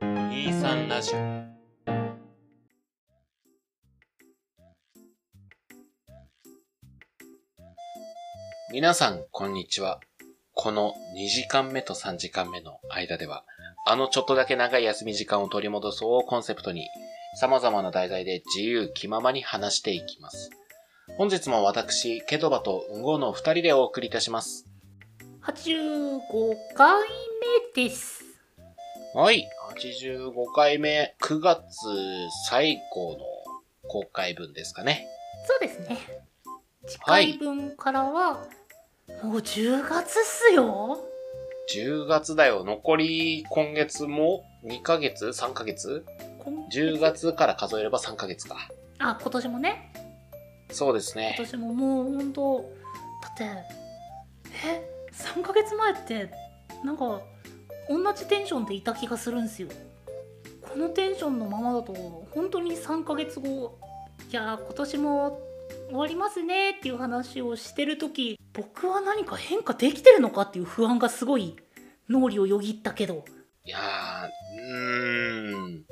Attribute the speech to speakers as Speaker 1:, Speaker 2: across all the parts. Speaker 1: 23ラジオ皆さん、こんにちは。この2時間目と3時間目の間では、あのちょっとだけ長い休み時間を取り戻そうをコンセプトに、様々な題材で自由気ままに話していきます。本日も私、ケドバとウンゴーの2人でお送りいたします。
Speaker 2: 85回目です。
Speaker 1: はい、85回目、9月最後の公開分ですかね。
Speaker 2: そうですね。次
Speaker 1: はい
Speaker 2: 回分からは、もう10月っすよ。
Speaker 1: 10月だよ、残り今月も2ヶ月 ?3 ヶ月
Speaker 2: 今
Speaker 1: ?10。月から数えれば3ヶ月か。
Speaker 2: あ、今年もね。
Speaker 1: そうです
Speaker 2: 今
Speaker 1: ね。
Speaker 2: 年ももうほんと、だって、え、3ヶ月前って、なんか、同じテンションでいた気がするんすよ。このテンションのままだと、本当に3ヶ月後、いやー、今年も終わりますねっていう話をしてる時僕は何か変化できてるのかっていう不安がすごい脳裏をよぎったけど
Speaker 1: いやー、うーん。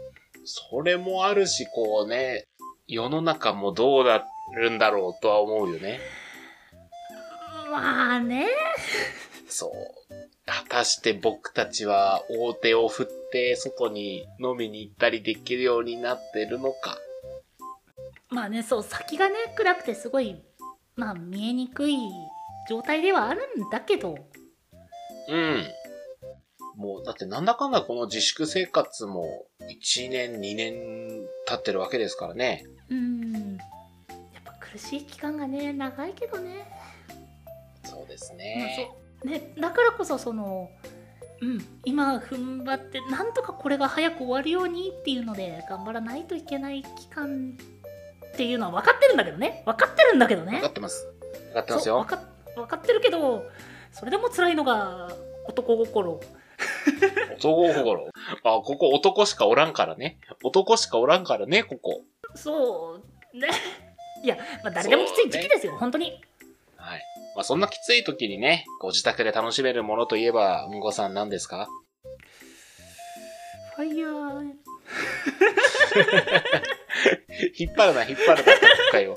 Speaker 1: それもあるし、こうね、世の中もどうなるんだろうとは思うよね。
Speaker 2: まあね
Speaker 1: そう。果たして僕たちは大手を振って外に飲みに行ったりできるようになってるのか。
Speaker 2: まあねそう先がね暗くてすごいまあ見えにくい状態ではあるんだけど
Speaker 1: うん。もう、だってなんだかんだこの自粛生活も1年2年経ってるわけですからね。
Speaker 2: うーんやっぱ苦しい期間がね長いけどね,、
Speaker 1: そうです
Speaker 2: まあ
Speaker 1: ね。
Speaker 2: そうねだからこそそのうん今踏ん張ってなんとかこれが早く終わるようにっていうので頑張らないといけない期間っていうのは分かってるんだけどね分かってるんだけどね
Speaker 1: 分かってます。分かってます
Speaker 2: そう
Speaker 1: よ
Speaker 2: 分。か分かってるけどそれでも辛いのが男心
Speaker 1: 男心。あ、ここ男しかおらんからね。男しかおらんからね、ここ。
Speaker 2: そうね いや、まあ、誰でもきつい時期ですよ、本当に
Speaker 1: はい。まあ、そんなきつい時にね、ご自宅で楽しめるものといえば、うんこさん何ですか
Speaker 2: ファイヤー
Speaker 1: 引っ張るな、引っ張るな、一回を。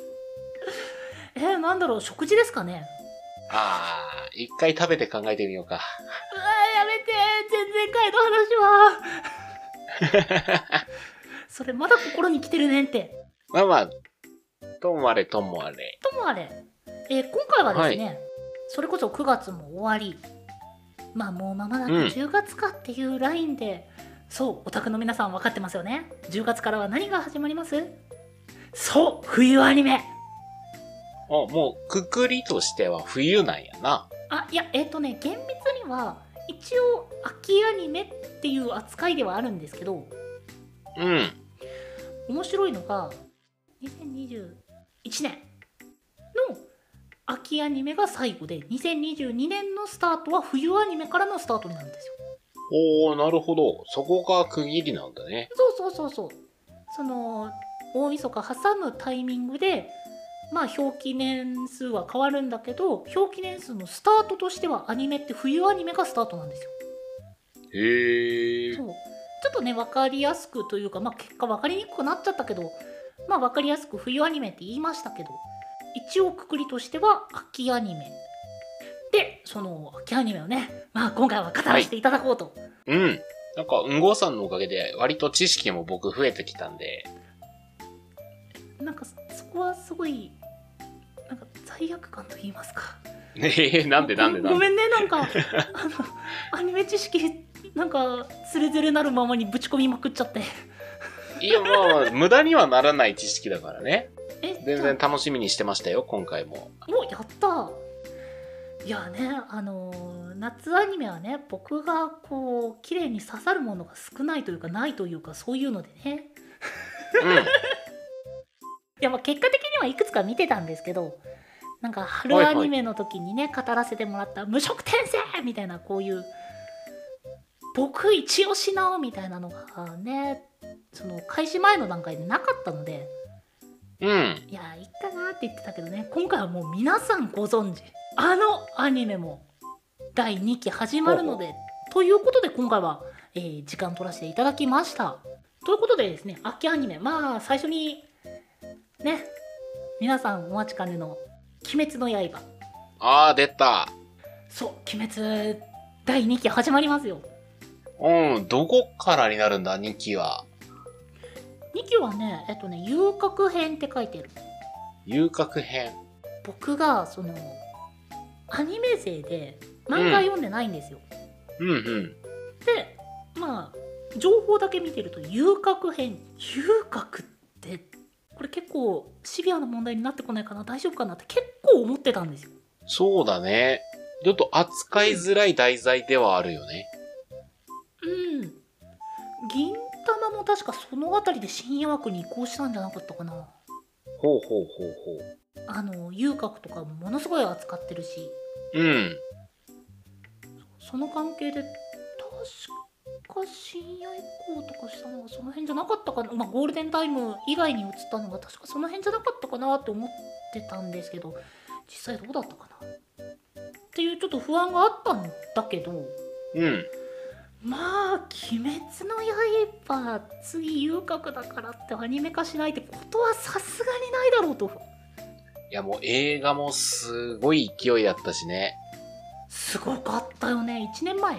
Speaker 2: えー、なんだろう食事ですかね
Speaker 1: あー、一回食べて考えてみようか。
Speaker 2: うわーやめて全然回の話はそれまだ心に来てるねんって
Speaker 1: まあまあ、ともあれともあれ。
Speaker 2: ともあれ、えー今回はですね、それこそ9月も終わりまあもう間もなく
Speaker 1: うん
Speaker 2: 10月かっていうラインで、そうお宅の皆さん分かってますよね10月からは何が始まりますそう冬アニメ
Speaker 1: あ、もう、くくりとしては冬なんやな。
Speaker 2: あいやえっ、とね厳密には一応秋アニメっていう扱いではあるんですけど
Speaker 1: うん。
Speaker 2: 面白いのが2021年の秋アニメが最後で2022年のスタートは冬アニメからのスタートになるんですよ
Speaker 1: おー、なるほど。そこが区切りなんだね。
Speaker 2: そうそうそうそうその大晦日挟むタイミングでまあ表記年数は変わるんだけど表記年数のスタートとしてはアニメって冬アニメがスタートなんですよ
Speaker 1: へー
Speaker 2: そ。うちょっとね分かりやすくというか、まあ、結果分かりにくくなっちゃったけど、まあ、分かりやすく冬アニメって言いましたけど一応くくりとしては秋アニメでその秋アニメをね、まあ、今回は語らせていただこうと、
Speaker 1: うん。なんか、うんごさんのおかげで、割と知識も僕増えてきたんで、
Speaker 2: なんかそそこはすごいなんか罪悪感と言いますか
Speaker 1: ね え、なんでなんで
Speaker 2: ご
Speaker 1: なんで
Speaker 2: ごめんねなんかあのアニメ知識なんかつれづれなるままにぶち込みまくっちゃって
Speaker 1: いや、まあまあ、無駄にはならない知識だからね。
Speaker 2: え
Speaker 1: 全
Speaker 2: じゃあ
Speaker 1: 然楽しみにしてましたよ、今回も。
Speaker 2: おやったいやねあのー夏アニメはね僕がこう綺麗に刺さるものが少ないというかないというかそういうのでね
Speaker 1: うん。
Speaker 2: いやまあ結果的にはいくつか見てたんですけどなんか春アニメの時にね、語らせてもらった「無色転生!」みたいなこういう僕一押しなみたいなのがねその開始前の段階でなかったので
Speaker 1: うん。
Speaker 2: いやいいかなって言ってたけどね今回はもう皆さんご存知あのアニメも第2期始まるのでということで今回はえー時間取らせていただきましたということでですね秋アニメまあ最初にね皆さんお待ちかねの「鬼滅の刃
Speaker 1: ああ、出た。」
Speaker 2: そう「鬼滅」第2期始まりますよ
Speaker 1: うん、どこからになるんだ、2期は。
Speaker 2: 2期はねえっとね「遊郭編」って書いてる
Speaker 1: 遊郭編。
Speaker 2: 僕がそのアニメ勢で漫画読んでないんですよ、
Speaker 1: うんうん。
Speaker 2: でまあ情報だけ見てると遊郭編遊郭ってこれ結構シビアな問題になってこないかな大丈夫かなって結構思ってたんですよ
Speaker 1: そうだね。ちょっと扱いづらい題材ではあるよね。
Speaker 2: うん銀玉も確かその辺りで深夜枠に移行したんじゃなかったかな
Speaker 1: ほうほうほうほう。
Speaker 2: あの遊郭とかもものすごい扱ってるし
Speaker 1: うん。
Speaker 2: その関係で確か深夜以降とかしたのがその辺じゃなかったかな、まあ、ゴールデンタイム以外に移ったのが確かその辺じゃなかったかなって思ってたんですけど実際どうだったかなっていうちょっと不安があったんだけど
Speaker 1: うん。
Speaker 2: まあ「鬼滅の刃」次遊郭だからってアニメ化しないってことはさすがにないだろうと
Speaker 1: いやもう映画もすごい勢いだったしね。
Speaker 2: すごかったよね1年前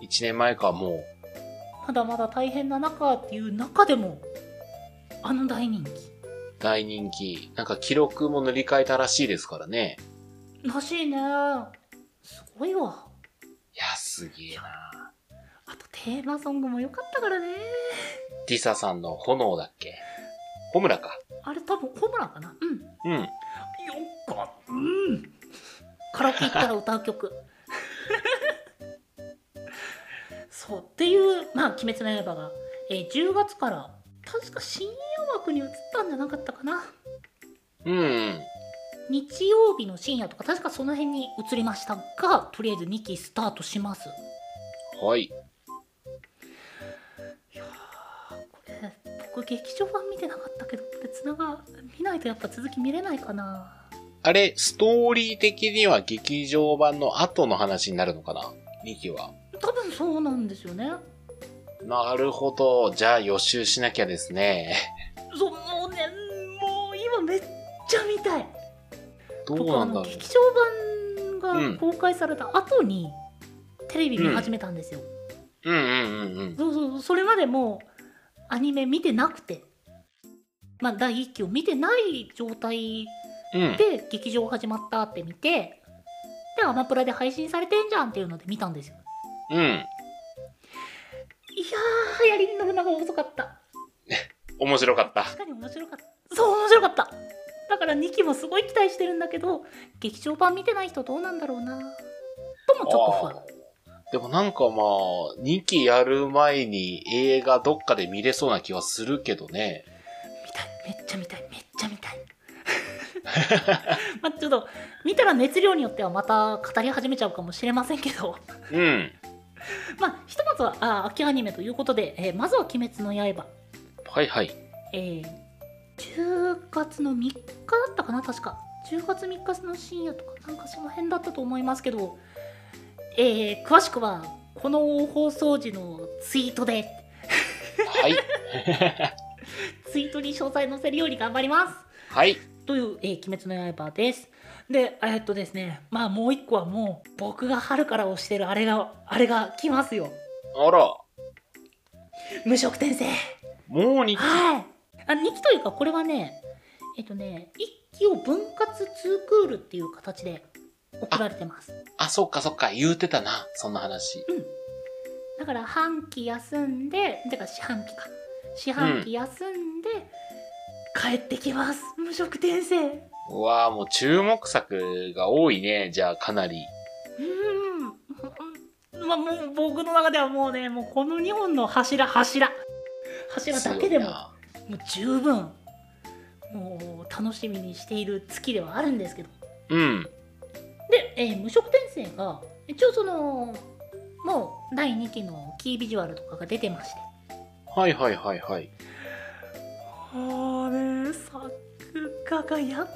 Speaker 1: 1年前かも
Speaker 2: まだまだ大変な中っていう中でもあの大人気
Speaker 1: う大人気。なんか記録も塗り替えたらしいですからね。
Speaker 2: らしいねすごいわ
Speaker 1: いや、すげえな。
Speaker 2: あとテーマソングも良かったからね
Speaker 1: リサさんの炎だっけホムラか。
Speaker 2: あれ多分ホムラかなうん
Speaker 1: う
Speaker 2: よ
Speaker 1: ん。
Speaker 2: かったうんカラオケ行ったら歌う曲 そうっていうまあ「鬼滅の刃が」えー10月から確か深夜枠に移ったんじゃなかったかな
Speaker 1: うんうん。
Speaker 2: 日曜日の深夜とか確かその辺に移りましたがとりあえず2期スタートします
Speaker 1: はい。
Speaker 2: いやーこれ僕劇場版見てなかったけどこれつなが見ないとやっぱ続き見れないかな
Speaker 1: あれ、ストーリー的には劇場版の後の話になるのかな ?2 期は。
Speaker 2: 多分そうなんですよね
Speaker 1: なるほど。じゃあ予習しなきゃです ね。
Speaker 2: そうもうねもう今めっちゃ見たい
Speaker 1: どうなん
Speaker 2: 僕
Speaker 1: だ
Speaker 2: あの
Speaker 1: ろう。
Speaker 2: 劇場版が公開された後に、テレビ見始めたんですよ、
Speaker 1: うんうんうんうん。
Speaker 2: そうそうそうそれまでもうアニメ見てなくてまあ第1期を見てない状態
Speaker 1: うん。
Speaker 2: で劇場始まったって見てでアマプラで配信されてんじゃんっていうので見たんですよ
Speaker 1: うん。
Speaker 2: いやーやりに乗るのが遅かった
Speaker 1: 面白かった。
Speaker 2: 確かに面白かったそう面白かっただから2期もすごい期待してるんだけど劇場版見てない人どうなんだろうなともちょっと不安
Speaker 1: でもなんかまあ、2期やる前に映画どっかで見れそうな気はするけどね。
Speaker 2: 見たいめっちゃ見たいめっちゃ見たい まあちょっと見たら熱量によってはまた語り始めちゃうかもしれませんけど
Speaker 1: うん。
Speaker 2: まあひとまずはあ秋アニメということで、えーまずは「鬼滅の刃」
Speaker 1: はいはい。
Speaker 2: えー10月の3日だったかな確か10月3日の深夜とかなんかその辺だったと思いますけど、えー詳しくはこの放送時のツイートで
Speaker 1: はい。
Speaker 2: ツイートに詳細載せるように頑張ります
Speaker 1: はい。
Speaker 2: という、えー鬼滅の刃」ですでえーっとですねまあもう一個はもう僕が春から推してるあれがあれが来ますよ
Speaker 1: あら、
Speaker 2: 無職転生
Speaker 1: もう2期。
Speaker 2: はい。あ2期というかこれはねえっとね1期を分割2クールっていう形で送られてます。
Speaker 1: あ、そっかそっか。言うてたな。そんな話。
Speaker 2: うん。だから半期休んでてか四半期か四半期休んで、帰ってきます無職転生うん
Speaker 1: うわあもう注目作が多いね。じゃあ、かなり。
Speaker 2: うんまあもう僕の中ではもうねもうこの2本の柱柱柱だけでも
Speaker 1: すごいな
Speaker 2: もう十分もう楽しみにしている月ではあるんですけど
Speaker 1: うん。
Speaker 2: で、えー無職転生が一応そのもう第2期のキービジュアルとかが出てまして
Speaker 1: はいはいはいはい。
Speaker 2: あれ作画がやっ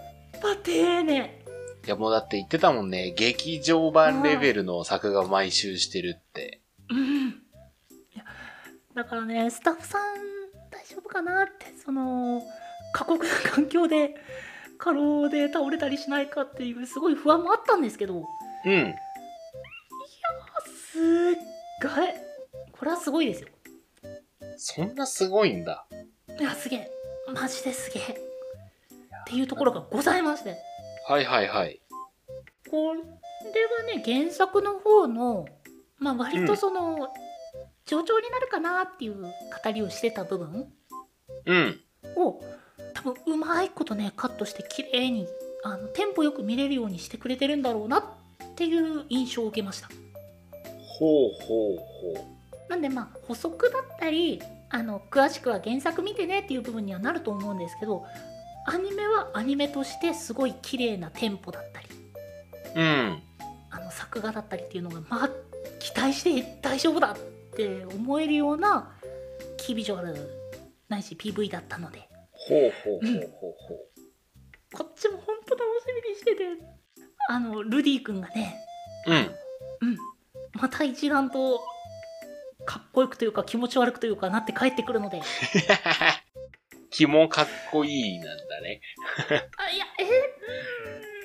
Speaker 2: ぱ丁寧
Speaker 1: いやもうだって言ってたもんね。劇場版レベルの作画を毎週してるって。
Speaker 2: うんいやだからねスタッフさん大丈夫かなってその過酷な環境で過労で倒れたりしないかっていうすごい不安もあったんですけど
Speaker 1: うん。
Speaker 2: すっごいこれはすごいですよ
Speaker 1: そんなすごいんだ。
Speaker 2: いやすげえマジですげえっていうところがございまして
Speaker 1: はいはいはい。
Speaker 2: これはね原作の方のまあ割とその、冗長になるかなっていう語りをしてた部分
Speaker 1: うん。
Speaker 2: を多分うまいことねカットして綺麗にあのテンポよく見れるようにしてくれてるんだろうなっていう印象を受けました
Speaker 1: ほうほうほう。
Speaker 2: なんでまあ補足だったりあの詳しくは原作見てねっていう部分にはなると思うんですけどアニメはアニメとしてすごい綺麗なテンポだったり
Speaker 1: うん。
Speaker 2: あの作画だったりっていうのがまあ期待して大丈夫だって思えるようなキービジュアルないし PV だったので
Speaker 1: ほうほうほうほうほう。
Speaker 2: こっちも本当楽しみにしててあのルディ君がね
Speaker 1: うん。
Speaker 2: うんまた一段とかっこよくというか気持ち悪くというかなって帰ってくるので
Speaker 1: 気もかっこいいなんだね。
Speaker 2: あいやえ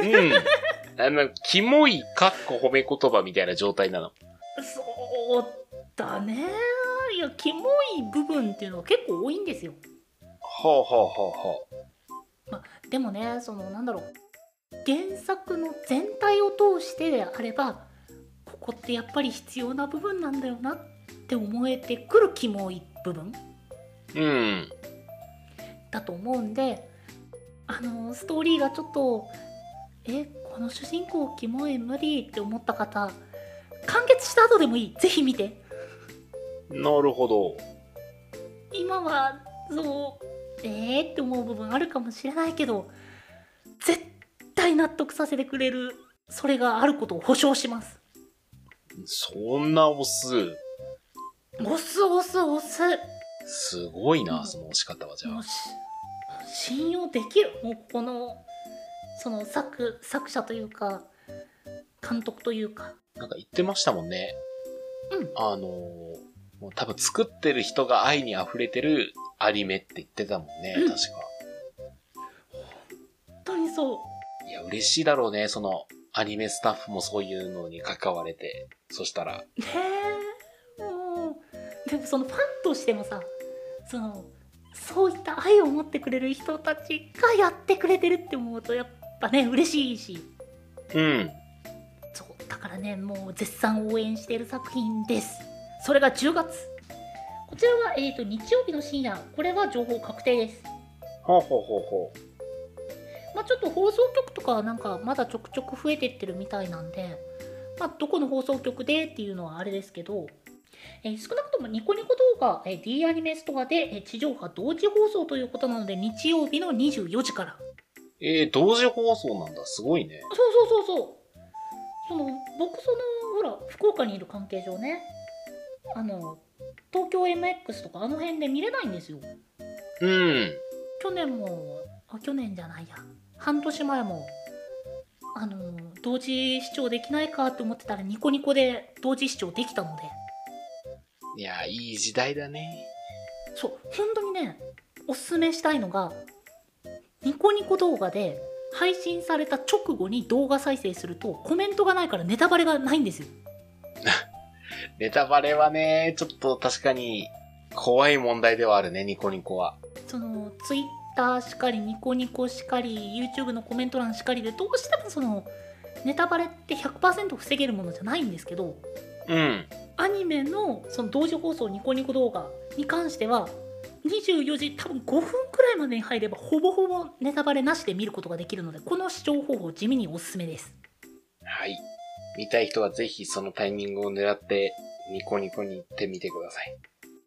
Speaker 1: うん。 あの、キモいかっこ褒め言葉みたいな状態なの。
Speaker 2: うーんそうだねいやキモい部分っていうのは結構多いんですよ
Speaker 1: ほうほうほうほ
Speaker 2: でもねそのなんだろう原作の全体を通してであればここってやっぱり必要な部分なんだよなって思えてくるキモい部分
Speaker 1: う。うん。
Speaker 2: だと思うんであのストーリーがちょっとえこの主人公キモい無理って思った方完結した後でもいいぜひ見て
Speaker 1: なるほど。
Speaker 2: 今はそうえーって思う部分あるかもしれないけど絶対納得させてくれるそれがあることを保証します
Speaker 1: そんな押す。
Speaker 2: 押す押す押す
Speaker 1: すごいな、その押し方はじゃ
Speaker 2: も
Speaker 1: あ
Speaker 2: う。し信用できるもうこのその作作者というか監督というか
Speaker 1: なんか言ってましたもんね。
Speaker 2: うん
Speaker 1: あのーもう多分作ってる人が愛に溢れてるアニメって言ってたもんね、
Speaker 2: うん
Speaker 1: 確か。
Speaker 2: 本当にそう
Speaker 1: いや、嬉しいだろうね、その、アニメスタッフもそういうのに関われて。そしたら、
Speaker 2: ねえもうでもそのファンとしてもさそのそういった愛を持ってくれる人たちがやってくれてるって思うとやっぱね嬉しいし
Speaker 1: うん。
Speaker 2: そうだからねもう絶賛応援している作品ですそれが10月こちらは、えー、と日曜日の深夜これは情報確定です
Speaker 1: ほうほうほうほう。
Speaker 2: まあ、ちょっと放送局とかはなんかまだちょくちょく増えてってるみたいなんで、まあ、どこの放送局でっていうのはあれですけど、えー少なくともニコニコ動画、えー D アニメストアで、えー地上波同時放送ということなので日曜日の24時から
Speaker 1: えー、同時放送なんだ、すごいね。
Speaker 2: そうそうそうそうその僕そのほら福岡にいる関係上ねあの東京 MX とかあの辺で見れないんですよ
Speaker 1: うん。
Speaker 2: 去年もあ去年じゃないや半年前もあの同時視聴できないかと思ってたらニコニコで同時視聴できたので
Speaker 1: いや、いい時代だね。
Speaker 2: そう本当にねおすすめしたいのがニコニコ動画で配信された直後に動画再生するとコメントがないからネタバレがないんですよ
Speaker 1: ネタバレはね、ちょっと確かに、怖い問題ではあるね、ニコニコは。
Speaker 2: そのツイッターしかりニコニコしかり YouTube のコメント欄しかりでどうしてもそのネタバレって100%防げるものじゃないんですけど
Speaker 1: うん。
Speaker 2: アニメのその同時放送ニコニコ動画に関しては24時多分5分くらいまでに入ればほぼほぼネタバレなしで見ることができるのでこの視聴方法地味におすすめです
Speaker 1: はい。見たい人はぜひそのタイミングを狙って、ニコニコに行ってみてください。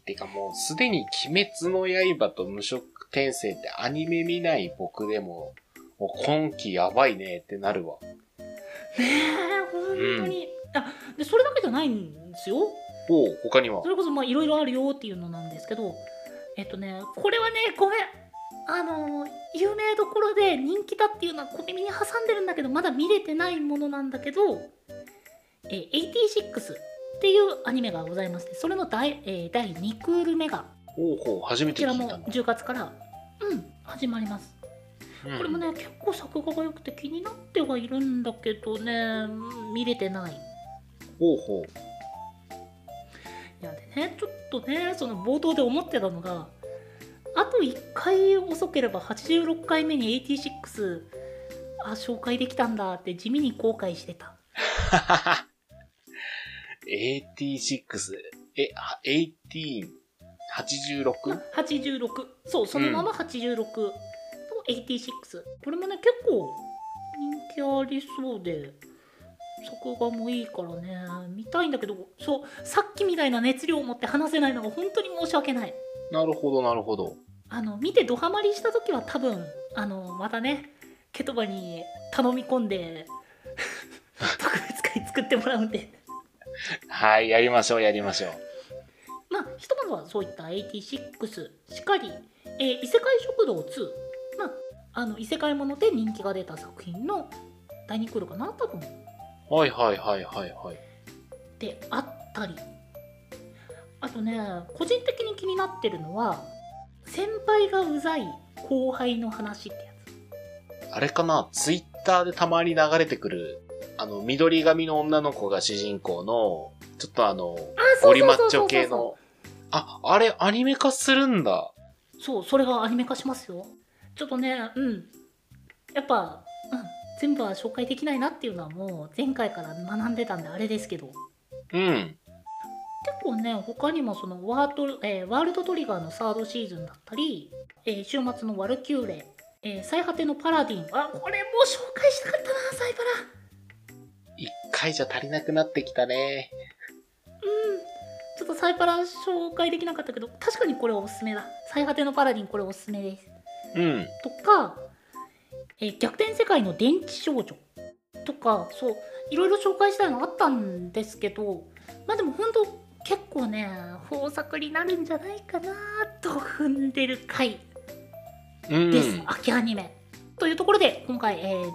Speaker 1: てかもうすでに鬼滅の刃と無色転生ってアニメ見ない僕でも、もう今季やばいねってなるわ。
Speaker 2: ねえ本当に、あでそれだけじゃないんですよ
Speaker 1: おう、他には
Speaker 2: そ。れこそまあいろいろあるよっていうのなんですけどえっとねこれはねごめんあのー有名どころで人気だっていうのは小耳に挟んでるんだけどまだ見れてないものなんだけどえー86っていうアニメがございましてそれの第,、えー第2クール目が
Speaker 1: ほうほう、初め
Speaker 2: こ
Speaker 1: て
Speaker 2: ち
Speaker 1: 聞
Speaker 2: ら
Speaker 1: い
Speaker 2: も
Speaker 1: たな。
Speaker 2: 10月から、うん、始まります
Speaker 1: うん
Speaker 2: これもね結構作画が良くて気になってはいるんだけどね見れてない
Speaker 1: ほうほう。
Speaker 2: いやでねちょっとねその冒頭で思ってたのがあと1回遅ければ86回目に86あ紹介できたんだって地味に後悔してた
Speaker 1: ははは。86、え、あ18、86?
Speaker 2: 86そうそのまま86の86、これもね結構人気ありそうで作画もいいからね見たいんだけどそうさっきみたいな熱量を持って話せないのが本当に申し訳ない
Speaker 1: なるほど、なるほど。
Speaker 2: あの見てドハマりした時は多分あのまたねケトバに頼み込んで特別会作ってもらうんで
Speaker 1: はい、やりましょう、やりましょう。
Speaker 2: まあひとまずはそういった86しかり、えー異世界食堂2、まあ、あの異世界もので人気が出た作品の第2クールかな多分
Speaker 1: はいはいはいはいはい。
Speaker 2: であったりあとね個人的に気になってるのは先輩がうざい後輩の話ってやつ
Speaker 1: あれかな、ツイッターでたまに流れてくる、あの、緑髪の女の子が主人公の、ちょっとあの、
Speaker 2: あ
Speaker 1: ゴリマッチョ系の。あ、あれ、アニメ化するんだ。
Speaker 2: そう、それがアニメ化しますよ。ちょっとね、うん。やっぱ、うん、全部は紹介できないなっていうのはもう前回から学んでたんであれですけど、結
Speaker 1: うん。
Speaker 2: 構ね、他にもそのワート、えーワールドトリガーのサードシーズンだったり、えー週末のワルキューレ、えー最果てのパラディン、あ、これもう紹介したかったな、サイパラ。
Speaker 1: 一回じゃ足りなくなってきたね。
Speaker 2: うん。ちょっとサイパラ紹介できなかったけど、確かにこれおすすめだ。最果てのパラディン、これおすすめです。
Speaker 1: うん。
Speaker 2: とか、えー逆転世界の電池少女とかそういろいろ紹介したいのあったんですけどまあでも本当結構ね豊作になるんじゃないかなと踏んでる回
Speaker 1: うん。
Speaker 2: です、秋アニメ。というところで今回、えー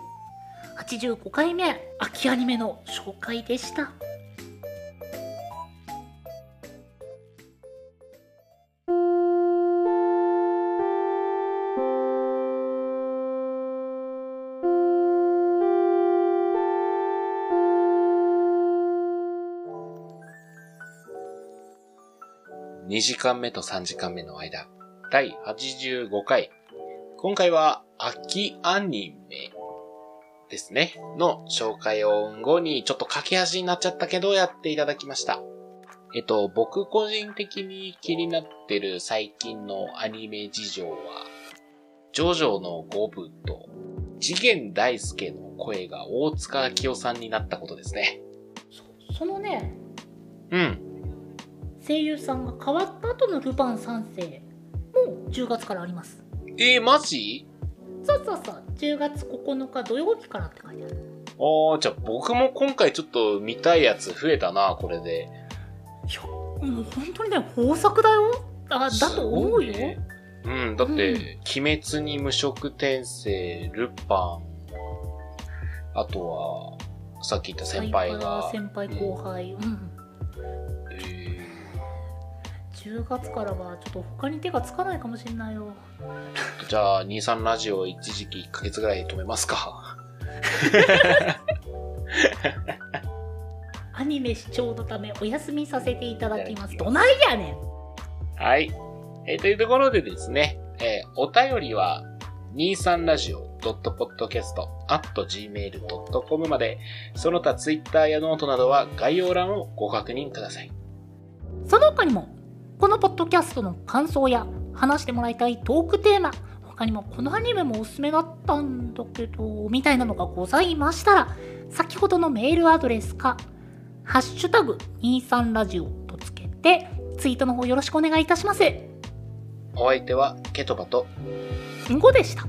Speaker 2: 85回目秋アニメの紹介でした。
Speaker 1: 2時間目と3時間目の間、第85回。今回は、秋アニメですね。の紹介音後に、ちょっと駆け足になっちゃったけど、やっていただきました。えっと、僕個人的に気になってる最近のアニメ事情は、ジョジョの5部と、次元大介の声が大塚明夫さんになったことですね。
Speaker 2: そそのね
Speaker 1: うん。
Speaker 2: 声優さんが変わった後のルパン三世も10月からあります。
Speaker 1: えー、マジ
Speaker 2: そうそうそう10月9日土曜日からって書いてある
Speaker 1: ああ、じゃあ僕も今回ちょっと見たいやつ増えたな、これで。
Speaker 2: いやもう本当にね豊作だよあだと思うよ、
Speaker 1: すごいねうん、だって、
Speaker 2: うん
Speaker 1: 鬼滅に無色転生、ルパン、あとは、さっき言った先輩が、
Speaker 2: 先輩後輩うん、
Speaker 1: え
Speaker 2: 10月からはちょっと他に手がつかないかもしれないよ
Speaker 1: ーじゃあ、23ラジオ一時期1ヶ月ぐらい止めますか。
Speaker 2: アニメ視聴のためお休みさせていただきます
Speaker 1: いただきます
Speaker 2: どないやねん
Speaker 1: はい。えーというところでですね、えーお便りは、23radio.podcast.gmail.com まで、その他 Twitter やノートなどは概要欄をご確認ください。
Speaker 2: その他にもこのポッドキャストの感想や話してもらいたいトークテーマ他にもこのアニメもおすすめだったんだけどみたいなのがございましたら先ほどのメールアドレスか「ハッシュタグ #23 ラジオ」とつけてツイートの方よろしくお願いいたします。
Speaker 1: お相手はケトバと
Speaker 2: んごでした。